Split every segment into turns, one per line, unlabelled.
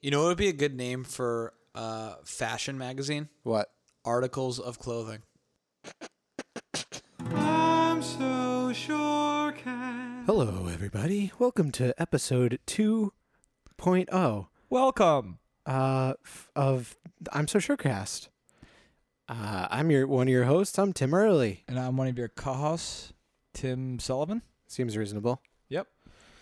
You know, it would be a good name for uh, fashion magazine.
What?
Articles of clothing.
Hello, everybody. Welcome to episode 2.0
Welcome.
uh, f- of I'm So Surecast. Uh, I'm your one of your hosts. I'm Tim Early.
And I'm one of your co hosts, Tim Sullivan.
Seems reasonable.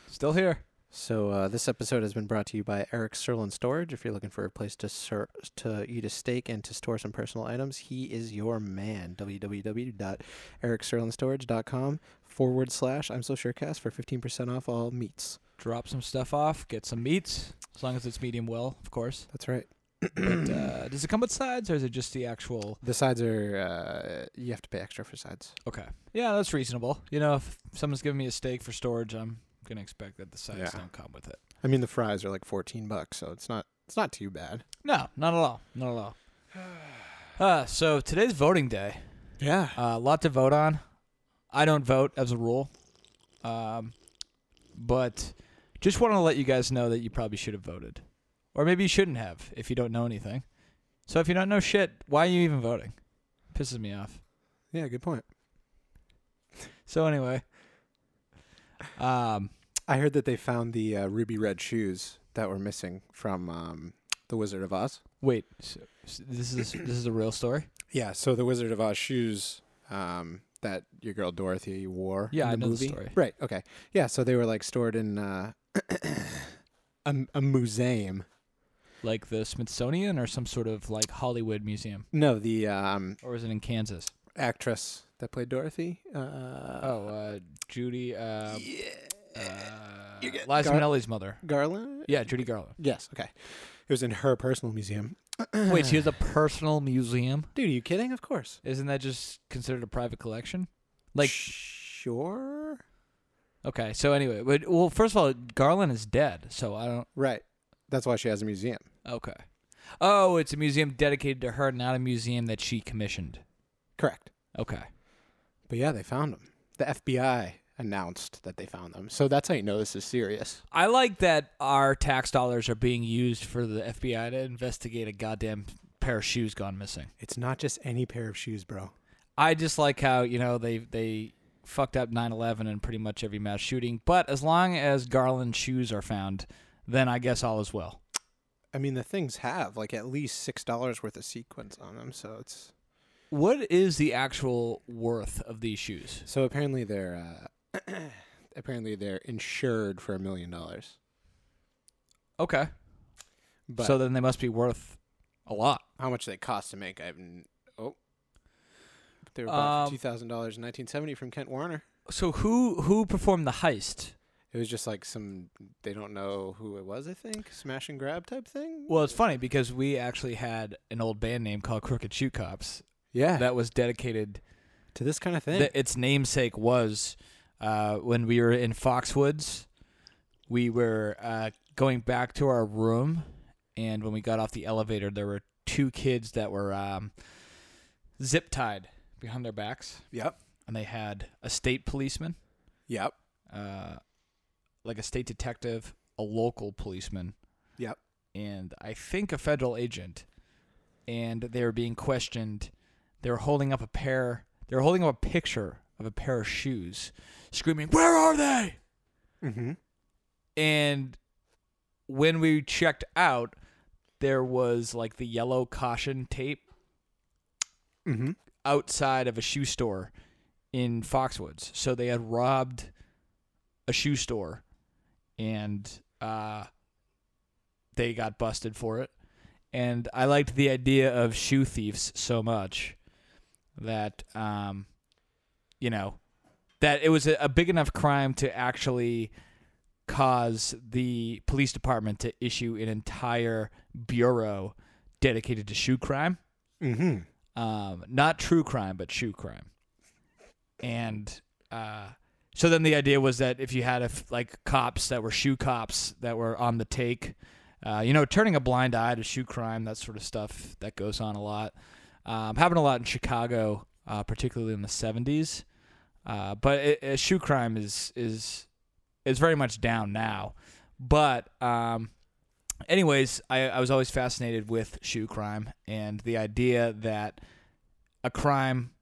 Still here.
So uh, this episode has been brought to you by Eric Serlin Storage. If you're looking for a place to ser- to eat a steak and to store some personal items, he is your man. www.ericserlinstorage.com forward slash I'm So Surecast for 15% off all meats.
Drop some stuff off, get some meats, as long as it's medium well, of course.
That's right.
But uh, does it come with sides or is it just the actual.
The sides are uh, you have to pay extra for sides.
Okay. Yeah, that's reasonable. You know, if someone's giving me a steak for storage, I'm going to expect that the sides
Yeah.
don't come with it.
I mean the fries are like fourteen bucks, so it's not it's not too bad.
No, not at all. Not at all. Uh, so today's voting day. Uh,
Yeah.
A lot to vote on. I don't vote as a rule, um, but just want to let you guys know that you probably should have voted, or maybe you shouldn't have if you don't know anything. So if you don't know shit, why are you even voting? Pisses me off.
Yeah, good point.
So anyway, um,
I heard that they found the uh, ruby red shoes that were missing from um, the Wizard of Oz.
wait, so, so this is this is a real story.
Yeah, so the Wizard of Oz shoes um, that your girl Dorothy wore.
Yeah,
in
I
the
know the
movie.
story.
Right. Okay. Yeah, so they were like stored in uh, a, a museum.
Like the Smithsonian or some sort of like Hollywood museum,
No, the um,
or was it in Kansas?
actress that played Dorothy. Uh, oh,
Oh, uh, Judy. Uh, uh,
getting-
Liza
Gar-
Minnelli's mother.
Garland.
Yeah, Judy Garland.
Yes. Okay. It was in her personal museum.
Wait, so you have the personal museum?
Dude, are you kidding? Of course.
Isn't that just considered a private collection? Like,
sure.
okay, so anyway, but, well, first of all, Garland is dead, so I don't.
Right. That's why she has a museum.
Okay. Oh, it's a museum dedicated to her, not a museum that she commissioned.
Correct.
Okay.
But yeah, they found them. The FBI announced that they found them. So that's how you know this is serious.
I like that our tax dollars are being used for the FBI to investigate a goddamn pair of shoes gone missing.
It's not just any pair of shoes, bro.
I just like how, you know, they they fucked up 9/11 and pretty much every mass shooting, but as long as Garland's shoes are found, then I guess all is well.
I mean, the things have like at least six dollars worth of sequins on them. So it's
What is the actual worth of these shoes?
so apparently they're uh, apparently they're insured for a million dollars.
Okay.
But
so then they must be worth a lot.
how much they cost to make? I've n- oh, they were bought
Um,
for two thousand dollars in nineteen seventy from Kent Warner.
So who who performed the heist?
It was just like some they don't know who it was, I think. Smash and grab type thing.
Well, it's funny because we actually had an old band name called Crooked Shoe Cops
yeah.
that was dedicated.
to this kind of thing.
Th- its namesake was uh, when we were in Foxwoods. We were uh, going back to our room, and when we got off the elevator, there were two kids that were um, zip tied behind their backs.
yep.
and they had a state policeman,
Yep.
uh, like a state detective, a local policeman,
Yep.
and I think a federal agent. And they were being questioned. They were holding up a pair. They were holding up a picture of a pair of shoes, screaming, "Where are they?"
Mm-hmm.
And when we checked out, there was like the yellow caution tape
Mm-hmm.
outside of a shoe store in Foxwoods. So they had robbed a shoe store and uh, they got busted for it. And I liked the idea of shoe thieves so much that, um, you know, that it was a, a big enough crime to actually cause the police department to issue an entire bureau dedicated to shoe crime
Mm-hmm.
um, not true crime, but shoe crime. And uh, so then the idea was that if you had a f- like cops that were shoe cops that were on the take, uh, you know, turning a blind eye to shoe crime, that sort of stuff that goes on a lot. Um, happened a lot in Chicago, uh, particularly in the '70s. Uh, but it, it- shoe crime is is is very much down now. But um, anyways, I, I was always fascinated with shoe crime and the idea that a crime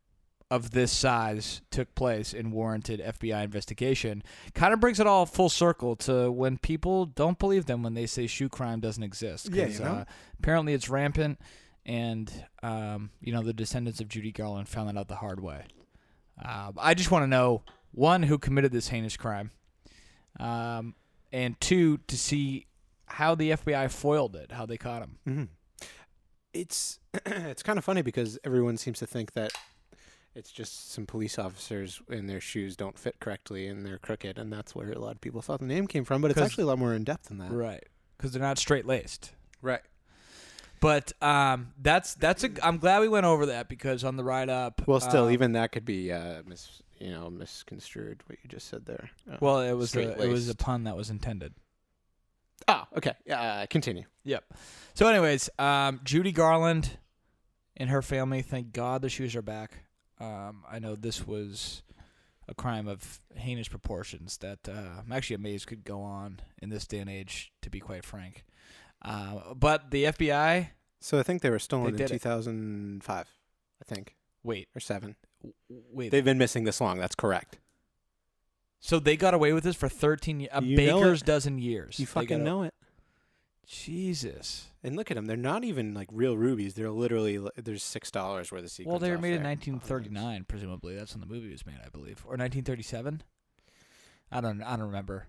of this size took place and warranted FBI investigation kind of brings it all full circle to when people don't believe them when they say shoe crime doesn't exist. 'cause,
Yeah, you know.
uh, apparently it's rampant, and um, you know the descendants of Judy Garland found that out the hard way. Uh, I just want to know one who committed this heinous crime, um, and two to see how the FBI foiled it, how they caught him.
hmm It's it's kind of funny because everyone seems to think that it's just some police officers and their shoes don't fit correctly and they're crooked, and that's where a lot of people thought the name came from. But it's
'Cause-
actually a lot more in depth than that.
Right, because they're not straight laced.
Right.
But um, that's that's a. I'm glad we went over that because on the ride up.
Well, still,
um,
even that could be uh, mis you know misconstrued what you just said there. Uh,
well, it was a, it was a
straight-laced.
pun that was intended.
ah okay yeah uh, continue.
Yep. So, anyways, um, Judy Garland and her family. Thank God the shoes are back. Um, I know this was a crime of heinous proportions that uh, I'm actually amazed could go on in this day and age. To be quite frank, uh, but the FBI.
So I think they were stolen in
did it.
2005, I think
Wait,
or seven.
w- wait.
They've been missing this long. That's correct.
so they got away with this for 13 years, a
You know it.
baker's dozen years.
You
They
fucking
got a-
know it.
Jesus.
And look at them. They're not even like real rubies. They're literally li- there's six dollars worth of sequins.
Well, they were
off
made in
there.
1939, presumably. That's when the movie was made, I believe, or 1937. I don't, I don't remember.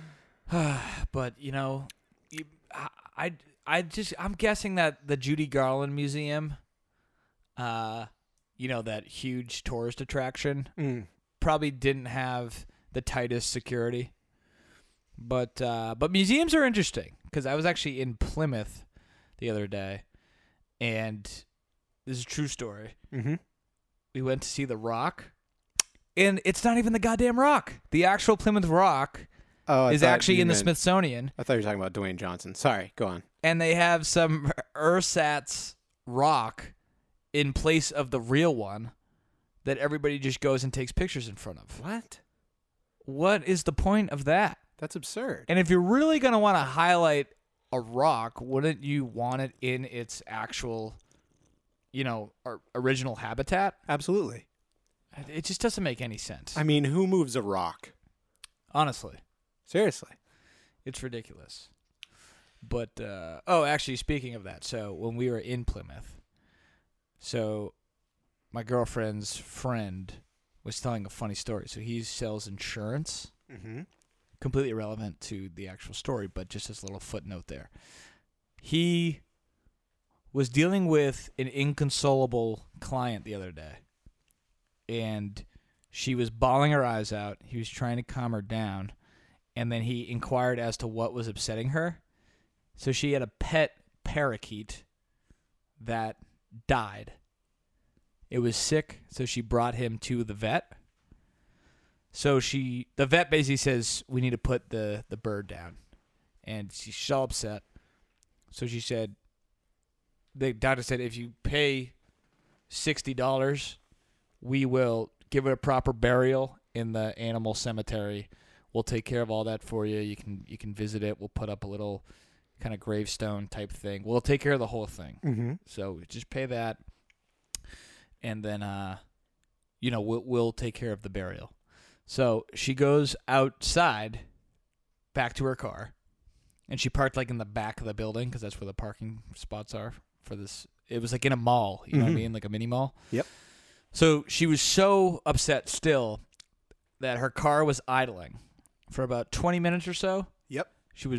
but you know, you, I, I, I just, I'm guessing that the Judy Garland Museum, uh, you know, that huge tourist attraction,
Mm.
probably didn't have the tightest security. But uh, but museums are interesting because I was actually in Plymouth the other day, and this is a true story
Mm-hmm.
we went to see the rock and it's not even the goddamn rock the actual plymouth rock
Oh, I
is
thought
actually
you
in the
meant-
smithsonian
I thought you were talking about Dwayne Johnson. Sorry, go on.
and they have some ersatz rock in place of the real one that everybody just goes and takes pictures in front of
What?
what is the point of that
That's absurd.
and if you're really going to want to highlight a rock wouldn't you want it in its actual you know or- original habitat
Absolutely.
it just doesn't make any sense
I mean, who moves a rock?
honestly
Seriously.
It's ridiculous. But uh, oh, actually, speaking of that, so when we were in Plymouth, so my girlfriend's friend was telling a funny story. So he sells insurance,
Mm-hmm.
completely irrelevant to the actual story, but just as a little footnote there. He was dealing with an inconsolable client the other day, and she was bawling her eyes out. He was trying to calm her down, and then he inquired as to what was upsetting her. So she had a pet parakeet that died. It was sick, so she brought him to the vet. So she, the vet basically says, "We need to put the the bird down," and she- she's all upset. So she said, "The doctor said if you pay sixty dollars, we will give it a proper burial in the animal cemetery. We'll take care of all that for you. You can you can visit it. We'll put up a little kind of gravestone type thing. We'll take care of the whole thing."
Mm-hmm.
So just pay that, and then uh, you know we'll we'll take care of the burial. So she goes outside, back to her car, and she parked like in the back of the building because that's where the parking spots are for this. It was like in a mall, you know what I
Mhm.
mean, like a mini mall.
Yep.
So she was so upset still that her car was idling for about twenty minutes or so.
Yep.
She was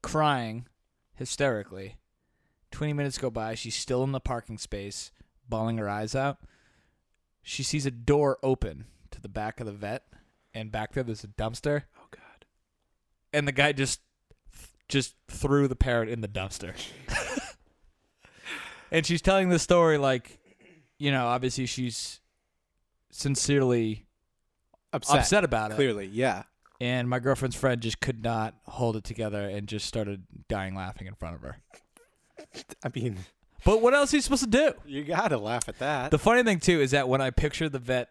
crying hysterically. 20 minutes go by. She's still in the parking space, bawling her eyes out. She sees a door open to the back of the vet, and back there there's a dumpster,
Oh God.
and the guy just just threw the parrot in the dumpster. and she's telling this story like, you know, obviously she's sincerely
Upset.
upset about it.
Clearly, yeah.
And my girlfriend's friend just could not hold it together and just started dying laughing in front of her.
I mean,
But what else are you supposed to do?
you gotta laugh at that.
The funny thing too is that when I picture the vet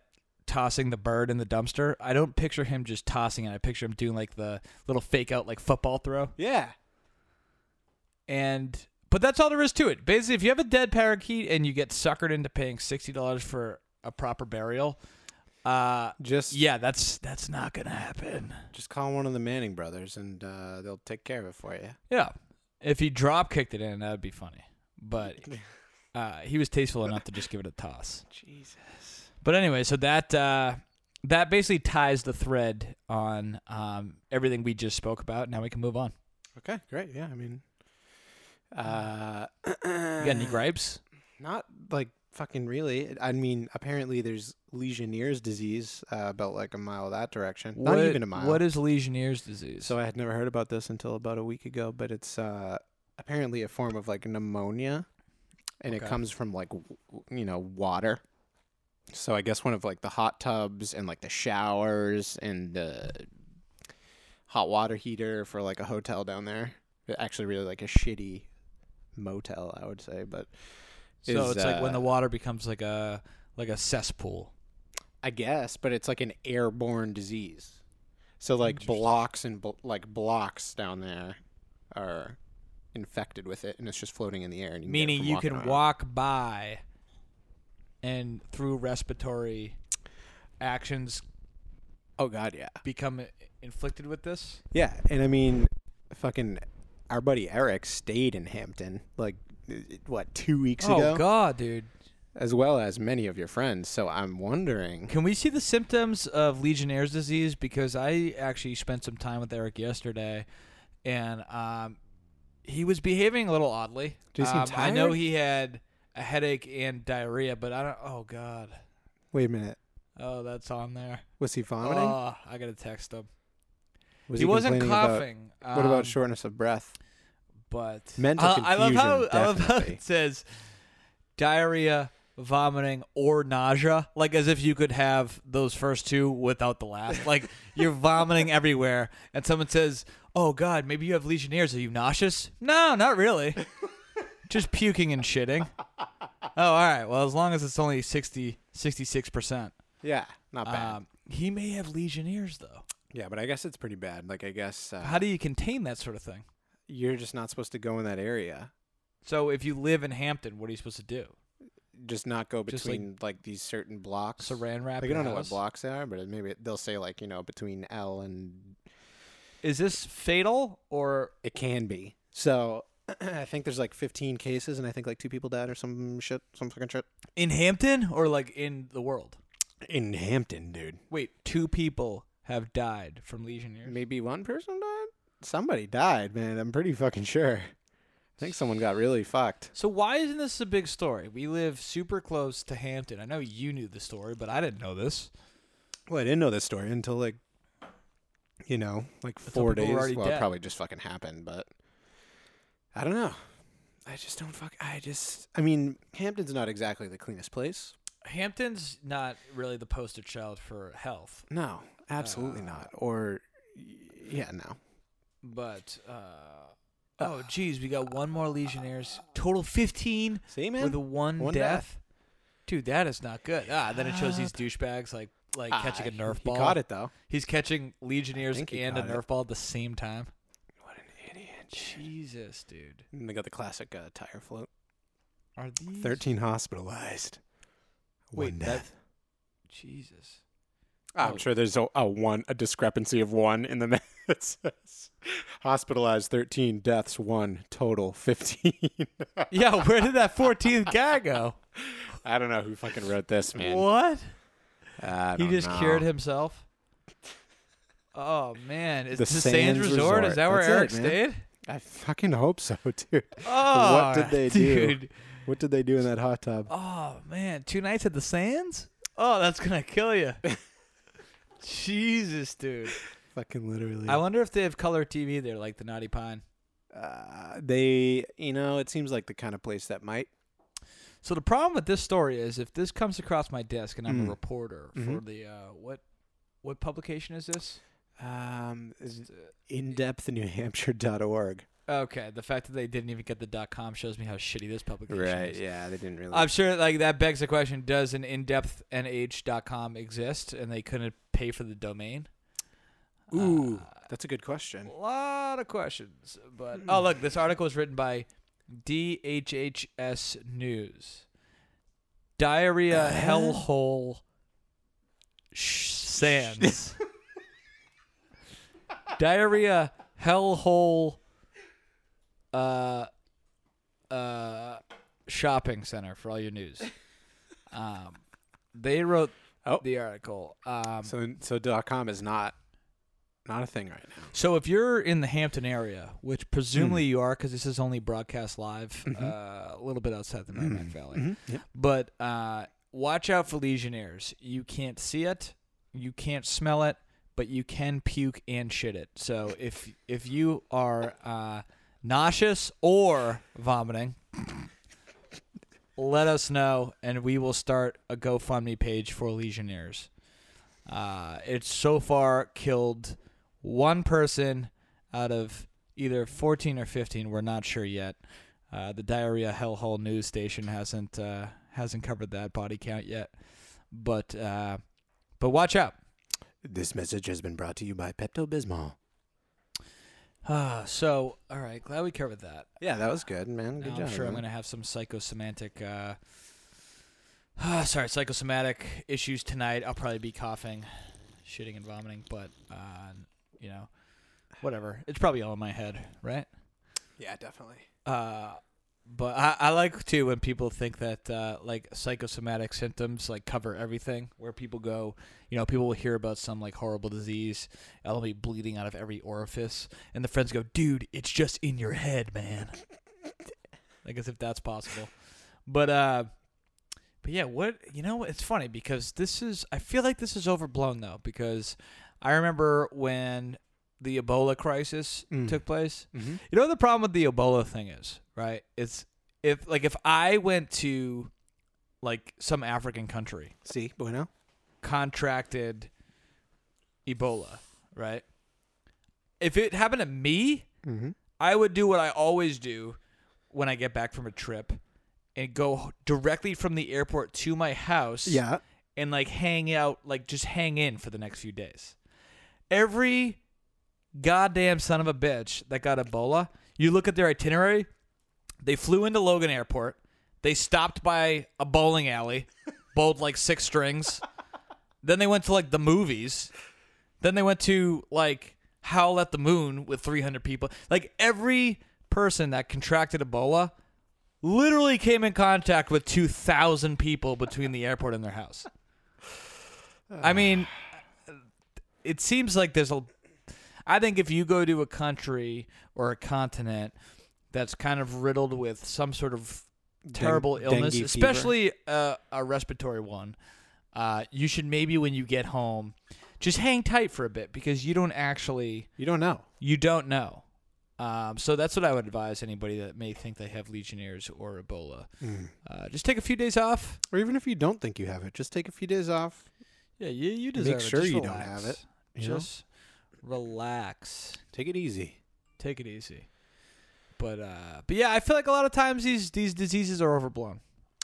tossing the bird in the dumpster, I don't picture him just tossing it. I picture him doing like the little fake out like football throw.
yeah.
And but that's all there is to it. Basically, if you have a dead parakeet and you get suckered into paying sixty dollars for a proper burial, uh,
Just
yeah, that's that's not gonna happen.
just call one of the Manning brothers, and uh, they'll take care of it for you.
Yeah, if he drop kicked it in, that would be funny. But uh, he was tasteful enough to just give it a toss.
Jesus.
But anyway, so that uh, that basically ties the thread on um, everything we just spoke about. Now we can move on.
Okay, great. Yeah, I mean, uh, you
You got any gripes?
Not like fucking really. I mean, apparently there's Legionnaire's disease uh, about like a mile that direction. Not
What-
even a mile.
What is Legionnaires' disease?
So I had never heard about this until about a week ago, but it's uh, apparently a form of like pneumonia, and
Okay.
it comes from like w- w- you know water. So I guess one of like the hot tubs and like the showers and the hot water heater for like a hotel down there. Actually, really like a shitty motel, I would say. But
So
is,
it's like when
uh,
the water becomes like a like a cesspool.
I guess, but it's like an airborne disease. So like
Interesting.
blocks and bl- like blocks down there are infected with it, and it's just floating in the air. And you can get it
Meaning
from
you
walking
can
around.
walk by and through respiratory actions
Oh god, yeah,
become inflicted with this.
yeah. And I mean, fucking, our buddy Eric stayed in Hampton like what two weeks
Oh
ago,
god, dude.
as well as many of your friends. So I'm wondering.
Can we see the symptoms of Legionnaire's disease? Because I actually spent some time with Eric yesterday, and um, he was behaving a little oddly.
Did he seem
Um, I know
tired?
he had a headache and diarrhea, but I don't. Oh God.
Wait a minute,
Oh, that's on there.
was he vomiting?
Oh, I gotta text him.
was
he, wasn't
complaining about-
coughing.
what
um,
about shortness of breath?
But
Mental
Uh, I- I love how
confusion,
I love how
definitely.
it says diarrhea, vomiting, or nausea. Like as if you could have those first two without the last. Like you're vomiting everywhere, and someone says, "Oh God, maybe you have Legionnaires. Are you nauseous? No, not really. Just puking and shitting. Oh, all right. Well, as long as it's only 60, 66 percent.
Yeah, not bad.
Um, he may have Legionnaires though.
yeah, but I guess it's pretty bad. Like I guess uh,
How do you contain that sort of thing?
you're just not supposed to go in that area.
So if you live in Hampton, what are you supposed to do?
Just not go
Just, like,
between like, these certain blocks.
Saran wrap.
like I
your
don't know what
house?
blocks they are, but it- maybe they'll say like you know between L and
Is this fatal or
it can be. So I think there's like 15 cases, and I think like two people died or some shit, some fucking shit.
in Hampton or like in the world?
In Hampton, dude.
Wait, two people have died from Legionnaires.
Maybe one person died. Somebody died, man. I'm pretty fucking sure. I think someone got really fucked.
So why isn't this a big story? We live super close to Hampton. I know you knew the story, but I didn't know this.
Well, I didn't know this story until like, you know, like
Until
four
people were
days.
already
Well,
dead.
it probably just fucking happened, but I don't know. I just don't fuck. I just. I mean, Hampton's not exactly the cleanest place.
Hampton's not really the poster child for health,
No, absolutely
Uh,
not. Or, y- yeah, no.
but uh, oh geez, we got one more Legionnaires. Total fifteen
See,
with one,
One
death.
death.
Dude, that is not good. Ah, then it shows these douchebags like like catching a Nerf ball.
He Ah, caught it though.
He's catching Legionnaires
think he
and a
caught it.
Nerf ball at the same time.
What an idiot!
Jesus, dude.
And they got the classic uh, tire float.
Are these
Thirteen hospitalized.
Wait,
one
that-
death.
Jesus. oh.
I'm sure there's a, a one a discrepancy of one in the math. that says hospitalized thirteen deaths one total fifteen.
Yeah, where did that 14th guy go?
I don't know who fucking wrote this, man.
What?
I
He
don't
just
know.
cured himself. Oh man, is
The
this Sands,
Sands
Resort? Is
Resort.
that where Eric
That's it,
stayed?
I fucking hope so, dude.
Oh,
did they do?
dude.
What did they do in that hot tub?
Oh man, two nights at the Sands? Oh, that's gonna kill you. Jesus, dude.
Fucking literally.
I wonder if they have color TV there, like the Naughty Pine.
uh, they, you know, it seems like the kind of place that might.
So the problem with this story is, if this comes across my desk and I'm a
Mm.
reporter for
Mhm.
the uh, what what publication is this?
Um, indepthnewhampshire.org.
Okay, the fact that they didn't even get the dot com shows me how shitty this publication
Right.
is.
Yeah, they didn't really.
I'm sure like that begs the question: Does an in-depth nh.com exist, and they couldn't pay for the domain?
Ooh,
Uh,
that's a good question.
A lot of questions, but oh look, this article is written by DHHS News. Diarrhea hellhole sh- sands. Diarrhea hellhole uh uh shopping center for all your news. Um they wrote
Oh.
the article. Um
So so dot com is not not a thing right now.
so if you're in the Hampton area, which presumably you are, because this is only broadcast live, uh, a little bit outside the Merrimack Valley,
Hmm? Mm-hmm.
but uh, watch out for Legionnaires. You can't see it, you can't smell it, but you can puke and shit it. So if if you are uh, nauseous or vomiting, let us know, and we will start a GoFundMe page for Legionnaires. Uh, it's so far killed one person out of either 14 or 15. We're not sure yet. Uh, the diarrhea hellhole news station hasn't uh, hasn't covered that body count yet, but uh, but watch out.
This message has been brought to you by Pepto Bismol.
Uh, so all right, glad we covered that.
Yeah, that was good, man. Good
Now
job.
I'm Oh, sure I'm
man.
going to have some psychosomatic, uh, sorry, psychosomatic issues tonight. I'll probably be coughing, shitting, and vomiting, but, uh, you know, whatever. It's probably all in my head, right?
Yeah, definitely.
Uh, but I, I like too when people think that uh, like psychosomatic symptoms like cover everything. Where people go, you know, people will hear about some like horrible disease, and they'll be bleeding out of every orifice, and the friends go, "Dude, it's just in your head, man." like as if that's possible. But uh, but yeah, what you know, it's funny because this is I feel like this is overblown though because I remember when the Ebola crisis
Mm.
took place.
Mm-hmm.
You know what the problem with the Ebola thing is, right? It's if like if I went to like some African country,
See, bueno.
contracted Ebola, right? If it happened to me,
Mm-hmm.
I would do what I always do when I get back from a trip and go directly from the airport to my house
Yeah.
and like hang out, like just hang in for the next few days. Every goddamn son of a bitch that got Ebola, you look at their itinerary, they flew into Logan Airport, they stopped by a bowling alley, bowled like six strings, then they went to like the movies, then they went to like Howl at the Moon with 300 people. Like every person that contracted Ebola literally came in contact with 2,000 people between the airport and their house. I mean, it seems like there's a. I think if you go to a country or a continent that's kind of riddled with some sort of terrible illness,
dengue fever.
especially uh, a respiratory one, uh, you should maybe when you get home just hang tight for a bit because you don't actually
You don't know.
you don't know. Um, so that's what I would advise anybody that may think they have Legionnaires or Ebola.
Hmm.
Uh, just take a few days off.
Or even if you don't think you have it, just take a few days off.
Yeah, you, you
deserve it. sure Just you don't relax. have it, you know?
Just relax.
Take it easy.
Take it easy. But uh, but yeah, I feel like a lot of times these these diseases are overblown.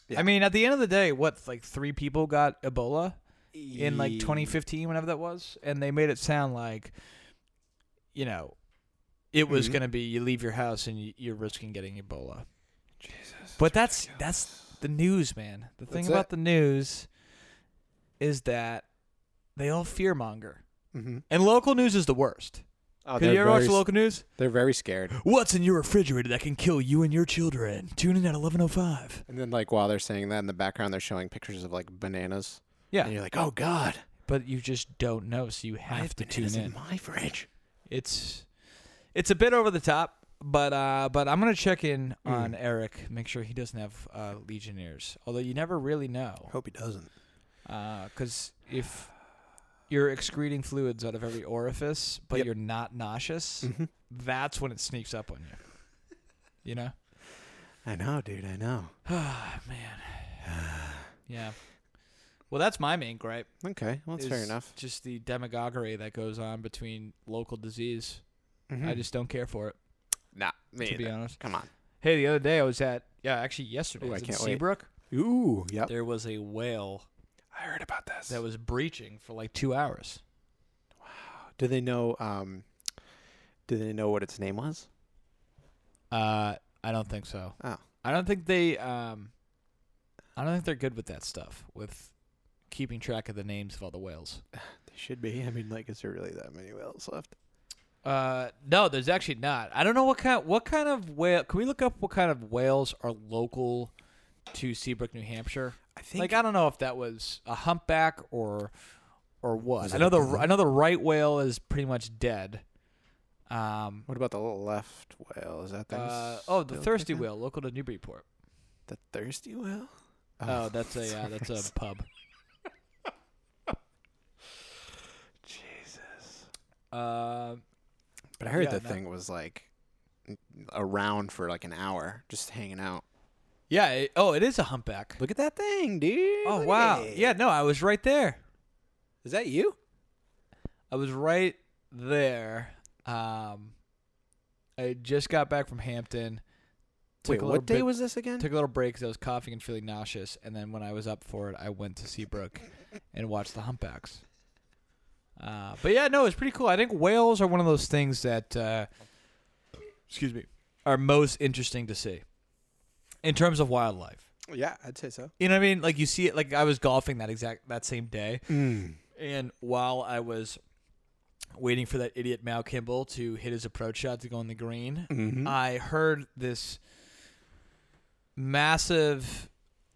Yeah.
I mean, at the end of the day, what like three people got Ebola in like 2015, whenever that was, and they made it sound like, you know, it was
Mhm.
going to be you leave your house and you, you're risking getting Ebola. But that's that's the news, man. The thing
That's
about
it.
the news is that they all fearmonger.
Mm-hmm.
And local news is the worst.
Oh,
Have you
they're,
ever watch
very,
the local news?
they're very scared.
What's in your refrigerator that can kill you and your children? Tune in at 11:05.
And then, like, while they're saying that in the background, they're showing pictures of, like, bananas.
Yeah,
And you're like, oh, God.
but you just don't know, so you
I
have,
have
to
bananas
tune in.
in my fridge.
It's it's a bit over the top, but uh, but I'm gonna check in on Eric, make sure he doesn't have uh, Legionnaires. Although you never really know,
Hope he doesn't.
because Uh, if you're excreting fluids out of every orifice, but
Yep.
you're not nauseous,
Mhm.
that's when it sneaks up on you. You know.
I know, dude. I know.
Ah, man. yeah. Well, that's my main gripe.
Okay. Well, that's fair
is
enough.
Just the demagoguery that goes on between local disease. I
Mhm.
just don't care for it,
Nah, me
to be
either.
honally.
Come on.
Hey, the other day I was at, yeah, actually yesterday, I
Ooh, I
was in
can't wait. Oh.
Seabrook.
Ooh, yep.
There was a whale
I heard about this.
that was breaching for like two hours.
wow, Do they know? Um, do they know what its name was?
Uh, I don't think so.
Oh.
I don't think they. Um, I don't think they're good with that stuff with keeping track of the names of all the whales.
They should be. I mean, like, is there really that many whales left?
Uh, no, there's actually not. I don't know what kind. What kind of whale? Can we look up what kind of whales are local to Seabrook, New Hampshire?
I think.
like I don't know if that was a humpback or or what.
Was
I
it
know
a
the
bluegill?
I know the right whale is pretty much dead. Um.
what about the little left whale? Is that thing?
Uh, oh, the
still
thirsty
kicking?
whale, local to Newburyport.
The thirsty whale.
Oh, that's a uh, that's a pub.
Jesus.
Uh,
But I heard
Yeah,
the
no.
thing was like n- around for like an hour, just hanging out.
yeah. It, oh, it is a humpback.
Look at that thing, dude.
Oh
Look at
wow.
it.
Yeah. No, I was right there.
Is that you?
I was right there. Um, I just got back from Hampton. Took
Wait,
a
what
little
day
bit-
was this again?
Took a little break because I was coughing and feeling nauseous, and then when I was up for it, I went to Seabrook and watched the humpbacks. Uh, but yeah, no, it's pretty cool. I think whales are one of those things that, uh, excuse me, are most interesting to see in terms of wildlife.
yeah, I'd say so.
You know what I mean? Like you see it. Like I was golfing that exact that same day,
Mm.
and while I was waiting for that idiot Mal Kimball to hit his approach shot to go in the green,
Mm-hmm.
I heard this massive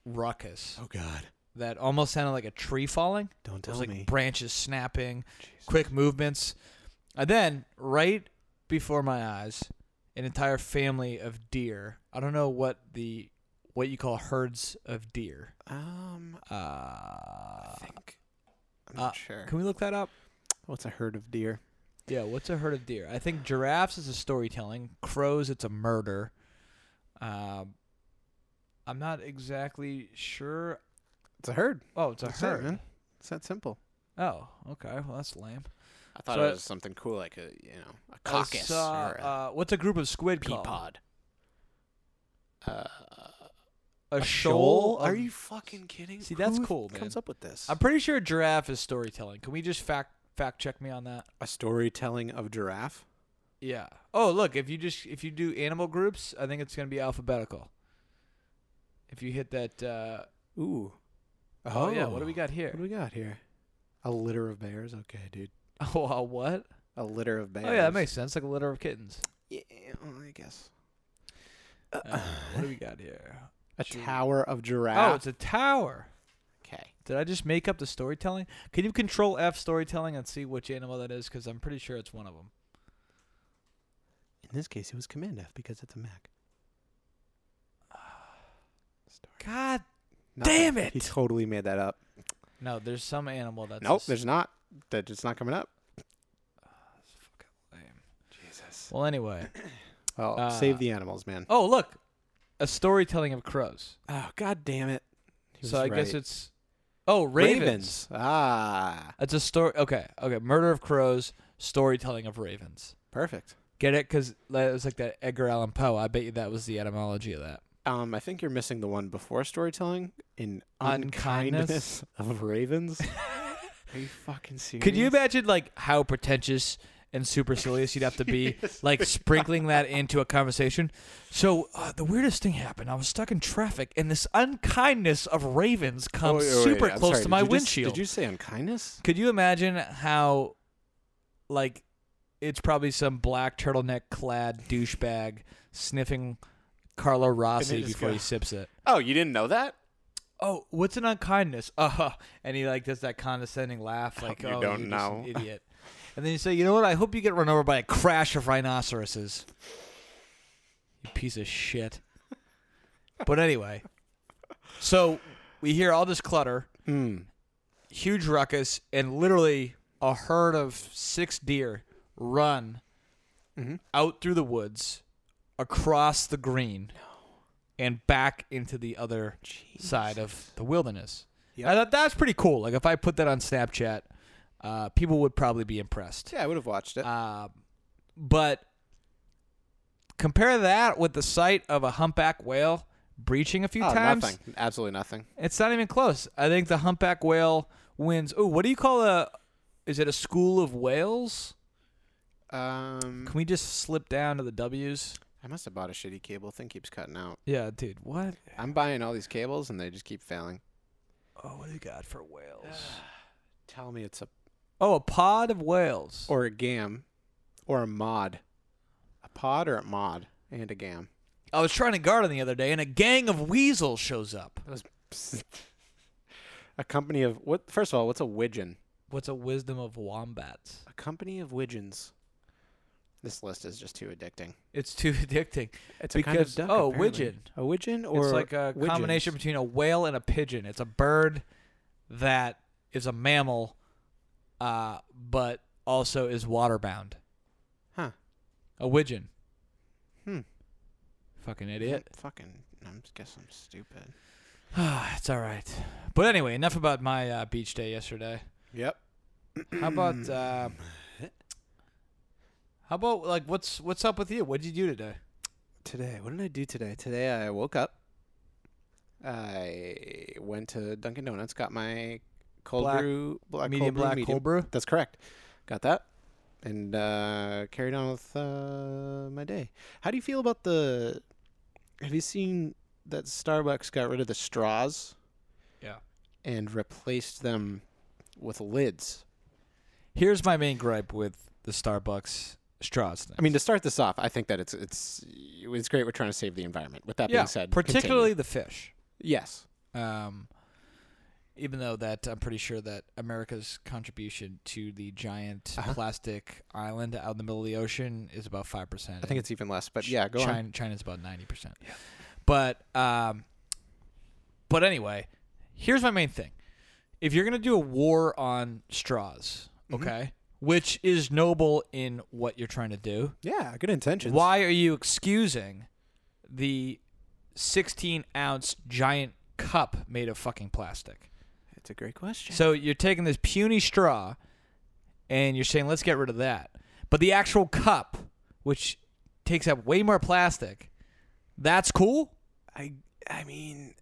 ruckus
Oh God!
that almost sounded like a tree falling.
Don't
It
tell
was like
me.
branches snapping,
Jesus.
quick movements. And then, right before my eyes, an entire family of deer. I don't know what the what you call herds of deer.
Um, I
Uh,
think I'm
uh,
not sure.
can we look that up?
What's a herd of deer?
Yeah, what's a herd of deer? I think giraffes is a storytelling. Crows, it's a murder. Um, I'm not exactly sure.
It's a herd.
Oh, it's a
That's it,
herd.
man. It's that simple.
oh, okay. Well, that's lame.
I
thought So it I- was
something cool, like a you know a
I saw, uh, what's a group of squid called?
Uh,
A, shoal?
a shoal? Are
of-
you fucking kidding?
See, that's
Who
cool,
Comes
man.
up with this.
I'm pretty sure giraffe is storytelling. Can we just fact fact check me on that?
a storytelling of giraffe.
Yeah. Oh, look, if you just if you do animal groups, I think it's going to be alphabetical. If you hit that uh
Ooh.
oh, yeah, what do we got
What
here?
do we got here? A litter of bears. Okay, dude.
Oh, uh, what?
A litter of bears.
Oh yeah, that makes sense. Like a litter of kittens.
Yeah, well, I guess.
Uh, what do we got here?
A
Gir-
tower of
Oh,
giraffe.
it's a tower.
okay.
Did I just make up the storytelling? Can you control F storytelling and see which animal that is? Because I'm pretty sure it's one of them.
In this case, it was Command F because it's a Mac. Story.
God.
Not that-
Damn it!
He totally made that up.
No, there's some animal that's.
nope,
just-
there's not. That it's not coming up.
that's fucking lame.
Jesus.
Well, anyway.
Oh,
Uh,
save the animals, man.
Oh, look. A storytelling of crows.
Oh, god damn it. He
So I
was
guess
right.
it's. Oh, ravens.
ravens. Ah,
That's a story. Okay. Okay. Murder of crows, storytelling of ravens.
perfect.
Get it? Because it was like that Edgar Allan Poe. I bet you that was the etymology of that.
Um, I think you're missing the one before storytelling in
Unkindness?
unkindness, of ravens. Are you fucking serious?
Could you imagine like how pretentious and supercilious you'd have to be, like sprinkling that into a conversation? So uh, the weirdest thing happened. I was stuck in traffic, and this unkindness of ravens
Oh,
comes
wait, wait,
super
wait, I'm
close to
sorry, did
my
you just-
windshield.
did you say unkindness?
Could you imagine how, like, it's probably some black turtleneck-clad douchebag sniffing Carlo Rossi
just
before
go-
he sips it?
Oh, you didn't know that?
oh, what's an unkindness? Uh huh. And he like does that condescending laugh, like,
you
oh,
don't
you're
know."
just an idiot. And then you say, you know what? I hope you get run over by a crash of rhinoceroses. You piece of shit. but anyway, so we hear all this clutter,
Mm.
huge ruckus, and literally a herd of six deer run
Mhm.
out through the woods, across the green, and back into the other side of the wilderness.
Yep.
I thought that's pretty cool. Like if I put that on Snapchat, uh, people would probably be impressed.
Yeah, I would have watched it.
Uh, but compare that with the sight of a humpback whale breaching a few
oh,
times.
nothing. Absolutely nothing.
It's not even close. I think the humpback whale wins. Oh, what do you call a? Is it a school of whales?
Um,
Can we just slip down to the W's?
I must have bought a shitty cable. Thing keeps cutting out.
Yeah, dude. What?
I'm buying all these cables and they just keep failing.
Oh, what do you got for whales?
Tell me it's a
Oh, a pod of whales.
or a gam, or a mod, a pod or a mod and a gam.
I was trying to garden the other day, and a gang of weasels shows up.
a company of what? First of all, what's a widgeon?
What's a wisdom of wombats?
A company of widgeons. This list is just too addicting.
It's too addicting.
It's
a kind of Because- duck, oh, apparently. widgeon.
A widgeon or
it's like a combination
widgeons?
between a whale and a pigeon. It's a bird that is a mammal, uh, but also is waterbound.
Huh.
A widgeon.
Hmm.
Fucking idiot.
Fucking, I'm guess I'm stupid.
it's all right. But anyway, enough about my uh, beach day yesterday.
Yep.
How about uh, how about like what's what's up with you? What did you do today?
Today, what did I do today? Today I woke up. I went to Dunkin' Donuts, got my cold
Black-
brew, black
medium
cold brew,
black
medium.
cold brew.
That's correct. Got that, and uh, carried on with uh, my day. How do you feel about the? Have you seen that Starbucks got rid of the straws?
Yeah.
And replaced them with lids.
Here's my main gripe with the Starbucks straws thing.
I mean, to start this off, I think that it's it's it's great. We're trying to save the environment. With that
yeah,
being said, continue.
particularly the fish.
yes.
um, even though that I'm pretty sure that America's contribution to the giant
Uh-huh.
plastic island out in the middle of the ocean is about five percent.
I think it's even less, but yeah, go
China,
on.
China's about ninety percent. But um, but anyway, here's my main thing: if you're gonna do a war on straws,
Mm-hmm.
okay, which is noble in what you're trying to do,
Yeah, good intentions.
why are you excusing the 16 ounce giant cup made of fucking plastic?
It's a great question.
So you're taking this puny straw and you're saying, let's get rid of that. But the actual cup, which takes up way more plastic, that's cool.
I I mean,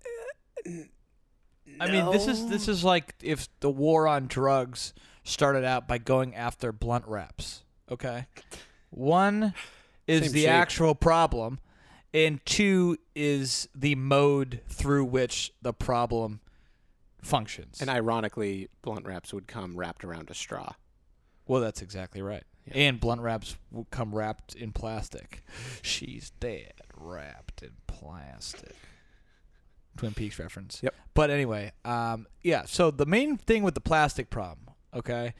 I mean, this is this is like if the war on drugs started out by going after blunt wraps. Okay, one is
Same
the
shape.
actual problem, and two is the mode through which the problem functions.
and ironically, blunt wraps would come wrapped around a straw.
well, that's exactly right. And blunt wraps will come wrapped in plastic. She's dead, wrapped in plastic. Twin Peaks reference.
Yep.
But anyway, um, yeah. So the main thing with the plastic problem, okay,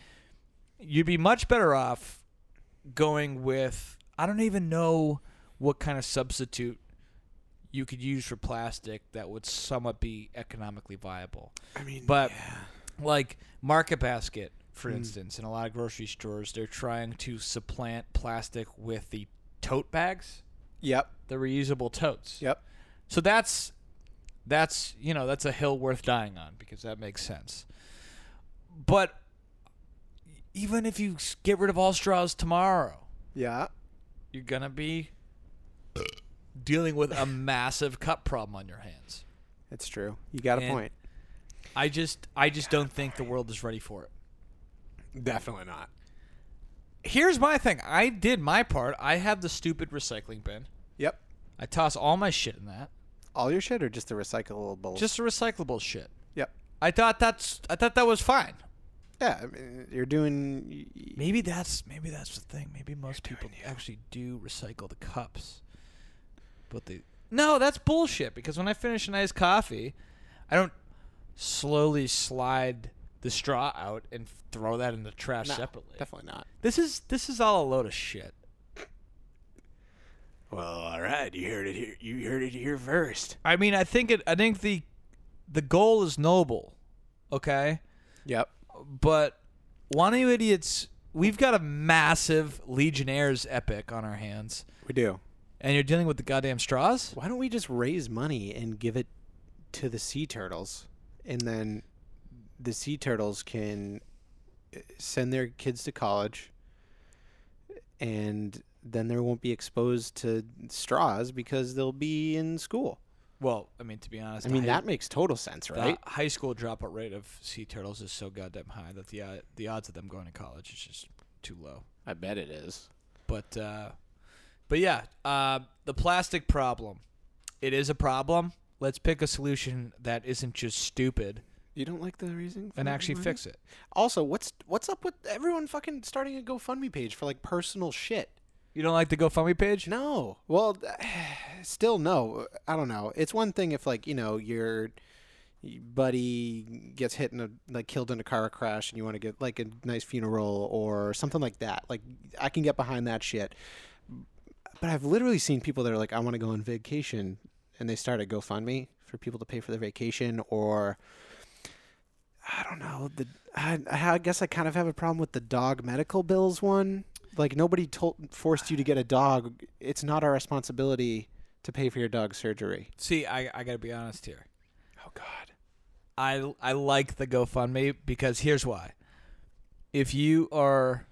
you'd be much better off going with I don't even know what kind of substitute you could use for plastic that would somewhat be economically viable. I mean, but like Market Basket, for instance, in a lot of grocery stores, they're trying to supplant plastic with the tote bags,
Yep.
the reusable totes.
Yep.
So that's that's you know that's a hill worth dying on because that makes sense. But even if you s- get rid of all straws tomorrow,
Yeah.
you're gonna be dealing with a massive cup problem on your hands.
It's true. You got
And- point. I just I just don't think the world is ready for it.
Definitely not.
Here's my thing. I did my part. I have the stupid recycling bin.
Yep.
I toss all my shit in that.
All your shit or just the recyclable?
Just the recyclable shit.
yep.
I thought that's I thought that was fine.
Yeah, I mean, you're doing. y- y-
Maybe that's maybe that's the thing. Maybe most people actually do recycle the cups. But they No, that's bullshit because when I finish a nice coffee, I don't slowly slide the straw out and throw that in the trash
no,
separately.
Definitely not.
This is this is all a load of shit.
Well, all right. You heard it here. You heard it here first.
I mean, I think it I think the the goal is noble. Okay?
Yep.
But one of you idiots we've got a massive legionnaires epic on our hands.
We do.
And you're dealing with the goddamn straws?
Why don't we just raise money and give it to the sea turtles, and then the sea turtles can uh, send their kids to college, and then they won't be exposed to straws because they'll be in school.
Well, I mean, to be honest,
I mean,
the high,
that makes total sense,
the
right?
high school dropout rate of sea turtles is so goddamn high that the uh, the odds of them going to college is just too low.
I bet it is.
But uh, but yeah, uh, the plastic problem. It is a problem. Let's pick a solution that isn't just stupid
You don't like the reason? for
and
it,
actually
Marty?
fix it.
Also, what's what's up with everyone fucking starting a GoFundMe page for like personal shit?
You don't like the GoFundMe page?
No. Well, still no. I don't know. It's one thing if like you know your buddy gets hit in a like killed in a car crash and you want to get like a nice funeral or something like that. Like I can get behind that shit. But I've literally seen people that are like, I want to go on vacation, and they start a GoFundMe for people to pay for their vacation or. I don't know. The I, I guess I kind of have a problem with the dog medical bills one. Like nobody told forced you to get a dog. It's not our responsibility to pay for your dog's surgery.
See, I, I gotta be honest here.
Oh God.
I I like the GoFundMe because here's why. If you are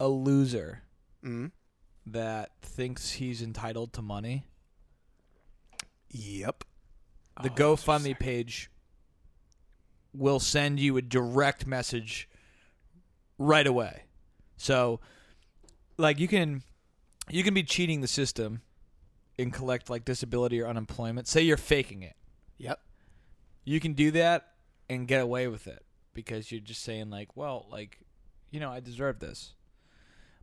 a loser
Mm.
that thinks he's entitled to money,
Yep.
the GoFundMe page will send you a direct message right away. So like you can you can be cheating the system and collect like disability or unemployment. Say you're faking it.
Yep.
you can do that and get away with it because you're just saying like, well, like, you know, I deserve this.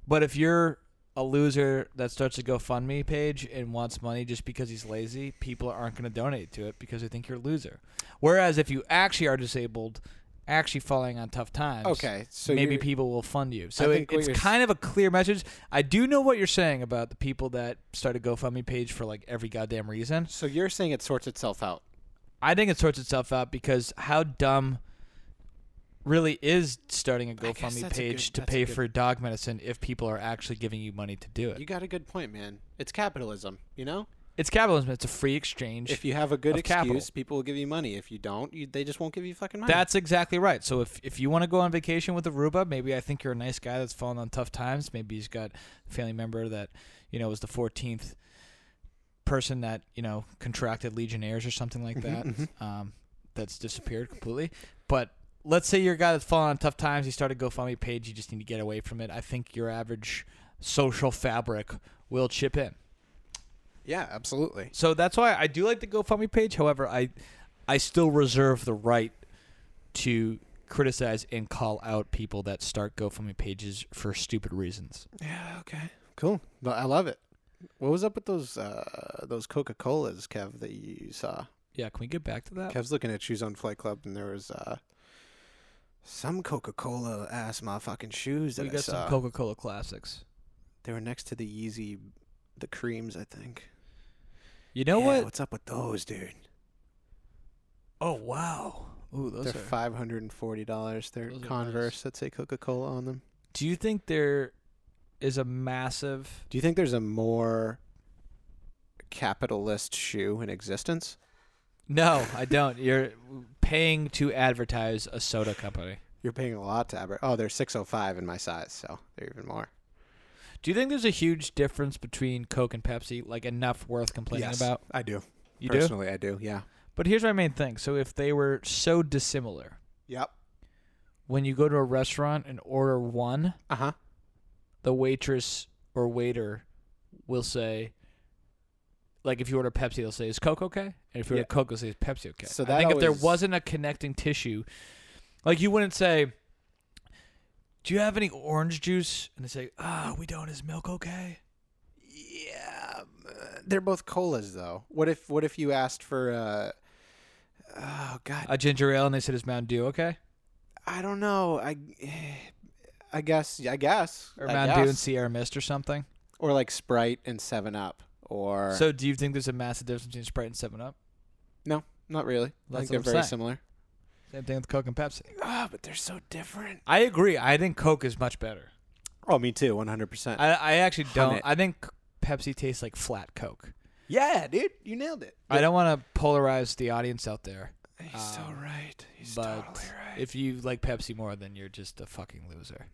But if you're a loser that starts a GoFundMe page and wants money just because he's lazy, people aren't going to donate to it because they think you're a loser. Whereas if you actually are disabled, actually falling on tough times,
Okay. So
maybe
you're-
people will fund you. So it,
think what
it's
you're s-
kind of a clear message. I do know what you're saying about the people that start a GoFundMe page for like every goddamn reason.
so you're saying it sorts itself out.
I think it sorts itself out because how dumb really is starting a
guess
GoFundMe
that's a
page
good-
to
that's a
pay
good-
for dog medicine if people are actually giving you money to do it.
You got a good point, man. It's capitalism. You know,
it's capitalism. It's a free exchange.
if you have a good
Of
excuse,
capital.
people will give you money. If you don't, you, they just won't give you fucking money.
That's exactly right. So if, if you want to go on vacation with Aruba, maybe I think you're a nice guy that's fallen on tough times. Maybe he's got a family member that, you know, was the 14th person that, you know, contracted Legionnaires or something like that um, that's disappeared completely. But let's say you're a guy that's fallen on tough times. You start a GoFundMe page. You just need to get away from it. I think your average social fabric will chip in.
yeah, absolutely.
So that's why I do like the GoFundMe page. However, I I still reserve the right to criticize and call out people that start GoFundMe pages for stupid reasons.
Yeah. Okay. Cool. But I love it. What was up with those uh, those Coca Colas, Kev, that you saw?
Yeah, can we get back to that?
Kev's looking at shoes on Flight Club, and there was uh, some Coca Cola ass motherfucking shoes that
we uh,
I
got
saw.
some Coca-Cola classics.
they were next to the Yeezy, the creams, I think.
You know
Yeah,
what?
What's up with those, dude?
Oh wow. Ooh, those
They're
are.
five hundred and forty dollars. They're
Those are nice.
Converse that say Coca Cola on them.
do you think there is a massive?
Do you think there's a more capitalist shoe in existence?
No, I don't. You're paying to advertise a soda company.
You're paying a lot to Aber. Oh, they're six oh five in my size, so they're even more.
Do you think there's a huge difference between Coke and Pepsi? Like enough worth complaining about?
I do.
You do?
Personally, I do. Yeah.
But here's my main thing. So if they were so dissimilar,
Yep.
when you go to a restaurant and order one,
Uh huh.
the waitress or waiter will say, like if you order Pepsi, they'll say, "Is Coke okay?" And if you order
Yeah.
Coke, they'll say, "Is Pepsi okay?"
So
So
that
I think if there
always-
wasn't a connecting tissue, like you wouldn't say, "Do you have any orange juice?" And they say, "Ah, we don't. Is milk okay?"
Yeah, uh, they're both colas though. What if what if you asked for uh oh god,
A ginger ale, and they said, "Is Mountain Dew okay?"
I don't know. I I guess I guess
Or
I
Mountain Dew and
guess.
Sierra Mist or something.
or like Sprite and 7 Up or
So do you think there's a massive difference between Sprite and Seven Up?
No, not really. I
That's
think they're
what I'm
very
saying.
similar.
Same thing with Coke and Pepsi.
Ah, but they're so different.
I agree. I think Coke is much better.
Oh, me too, 100%.
I, I actually
Hum
don't.
it.
I think Pepsi tastes like flat Coke.
yeah, dude, you nailed it.
I don't want to polarize the audience out there,
He's so
um,
right. He's
but
totally right.
if you like Pepsi more, then you're just a fucking loser.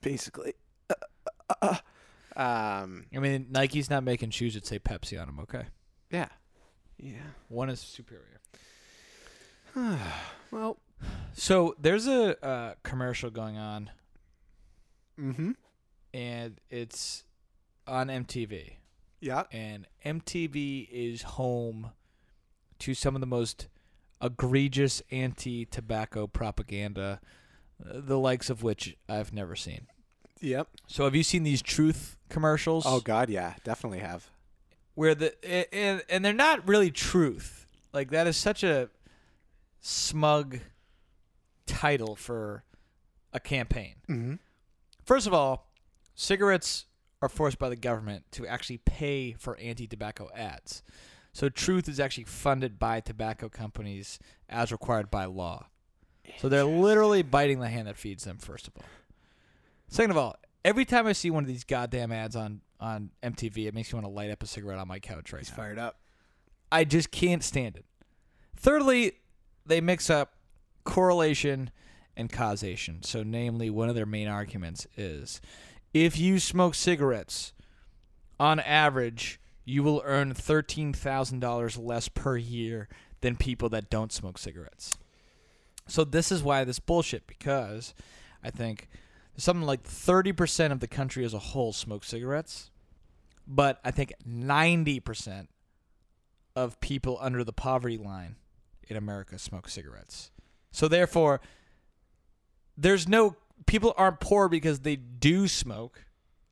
Basically. Uh, uh, um, uh, um
I mean, Nike's not making shoes that say Pepsi on them. Okay,
yeah. Yeah.
One is superior.
well.
So there's a uh, commercial going on,
Mm-hmm.
and it's on MTV,
Yeah.
and MTV is home to some of the most egregious anti-tobacco propaganda, uh, the likes of which I've never seen.
Yep.
So have you seen these truth commercials?
Oh God, yeah, definitely have.
where the a- and and they're not really truth. Like that is such a smug title for a campaign.
Mm-hmm.
First of all, cigarettes are forced by the government to actually pay for anti-tobacco ads. So truth is actually funded by tobacco companies as required by law. So they're literally biting the hand that feeds them first of all. Second of all, every time I see one of these goddamn ads on on MTV, it makes me want to light up a cigarette on my couch right
He's
now.
fired up.
I just can't stand it. Thirdly, they mix up correlation and causation. So, namely, one of their main arguments is if you smoke cigarettes, on average, you will earn $13,000 less per year than people that don't smoke cigarettes. So, this is why this bullshit, because I think something like 30% of the country as a whole smoke cigarettes, but I think 90% of people under the poverty line in America smoke cigarettes. So therefore, there's no people aren't poor because they do smoke.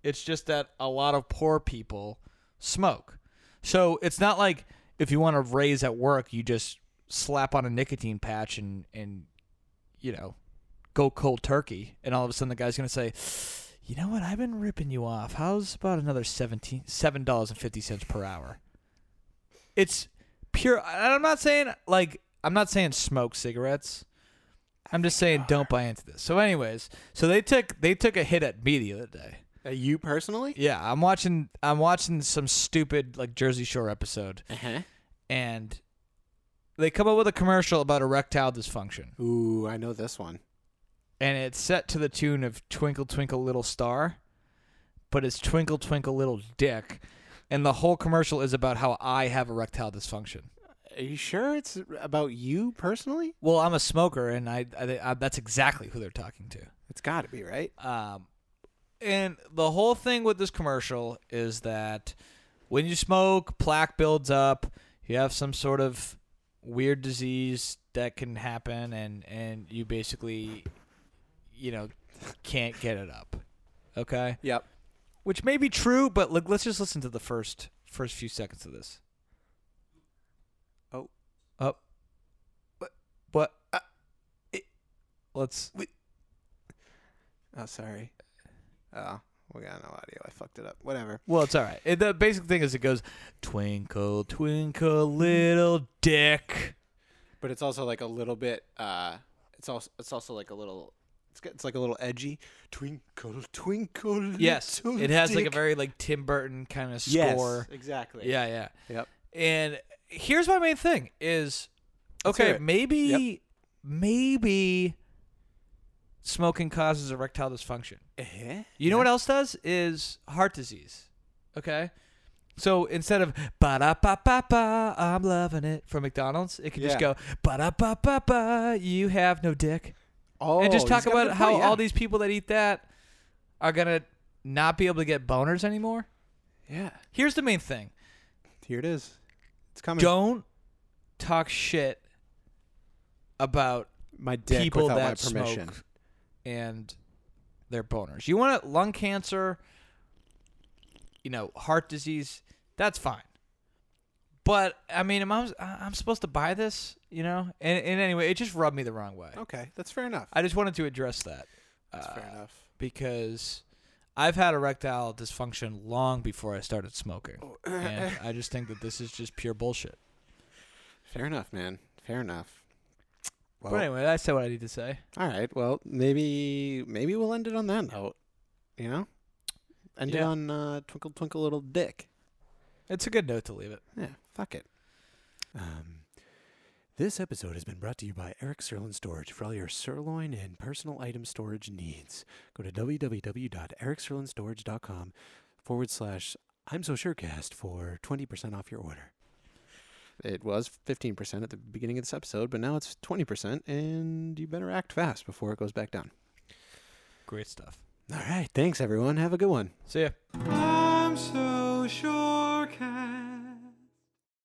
It's just that a lot of poor people smoke. So it's not like if you want to raise at work, you just slap on a nicotine patch and and you know go cold turkey, and all of a sudden the guy's gonna say. You know what? I've been ripping you off. How's about another seventeen seven dollars and fifty cents per hour? it's pure and i'm not saying like i'm not saying smoke cigarettes i'm just saying don't buy into this so anyways so they took they took a hit at me the other day
Uh, you personally?
yeah i'm watching i'm watching some stupid like jersey shore episode
Uh huh.
and they come up with a commercial about erectile dysfunction
Ooh, I know this one.
and it's set to the tune of twinkle twinkle little star but it's twinkle twinkle little dick and the whole commercial is about how i have erectile dysfunction
Are you sure it's about you personally?
Well, I'm a smoker, and I, I, I that's exactly who they're talking to.
It's got to be right.
Um, and the whole thing with this commercial is that when you smoke, plaque builds up. You have some sort of weird disease that can happen, and and you basically, you know, can't get it up. Okay,
Yep.
which may be true, but look, let's just listen to the first first few seconds of this.
Oh.
Oh.
What?
What?
Uh, it-
let's.
Oh, sorry. Oh, we got no audio. I fucked it up. Whatever.
Well, it's all right. It- the basic thing is it goes twinkle, twinkle, little dick.
But it's also like a little bit. uh It's also it's also like a little. It's got, it's like a little edgy. Twinkle, twinkle.
Yes,
little
it has like a
dick.
very like Tim Burton kind of
yes,
score.
exactly.
Yeah, yeah.
Yep.
And here's my main thing is
Let's hear
okay,
it.
maybe maybe smoking causes erectile dysfunction.
Eh?
You know what else does is heart disease. Okay? So instead of ba da ba ba ba, I'm loving it from McDonald's, it can just go
Yeah.
ba da ba ba ba, you have no dick.
Oh,
and just
he's
talk
got a
about
good
how
point, yeah.
all these people that eat that are going to not be able to get boners anymore.
Yeah.
Here's the main thing.
Here it is. It's coming.
Don't talk shit about
my dick
people
without
that
my permission.
smoke and their boners. You want it, lung cancer, you know, heart disease. That's fine. But I mean, am I, I'm supposed to buy this, you know? And, and anyway, it just rubbed me the wrong way.
Okay, that's fair enough.
I just wanted to address that
Oh. That's fair
uh,
enough.
because I've had erectile dysfunction long before I started smoking, and I just think that this is just pure bullshit.
Fair enough, man. Fair enough. Well,
But anyway, that's what I need to say.
all right. Well, maybe maybe we'll end it on that note. You know, end it
Yeah.
on uh, twinkle twinkle little dick.
It's a good note to leave it.
Yeah, fuck it. Um, this episode has been brought to you by Eric Sirloin Storage for all your sirloin and personal item storage needs. Go to www.ericsirloinstorage.com forward slash I'm so surecast for 20% off your order. It was 15% at the beginning of this episode, but now it's 20%, and you better act fast before it goes back down.
Great stuff.
All right. Thanks, everyone. Have a good one.
See ya.
I'm so sure can.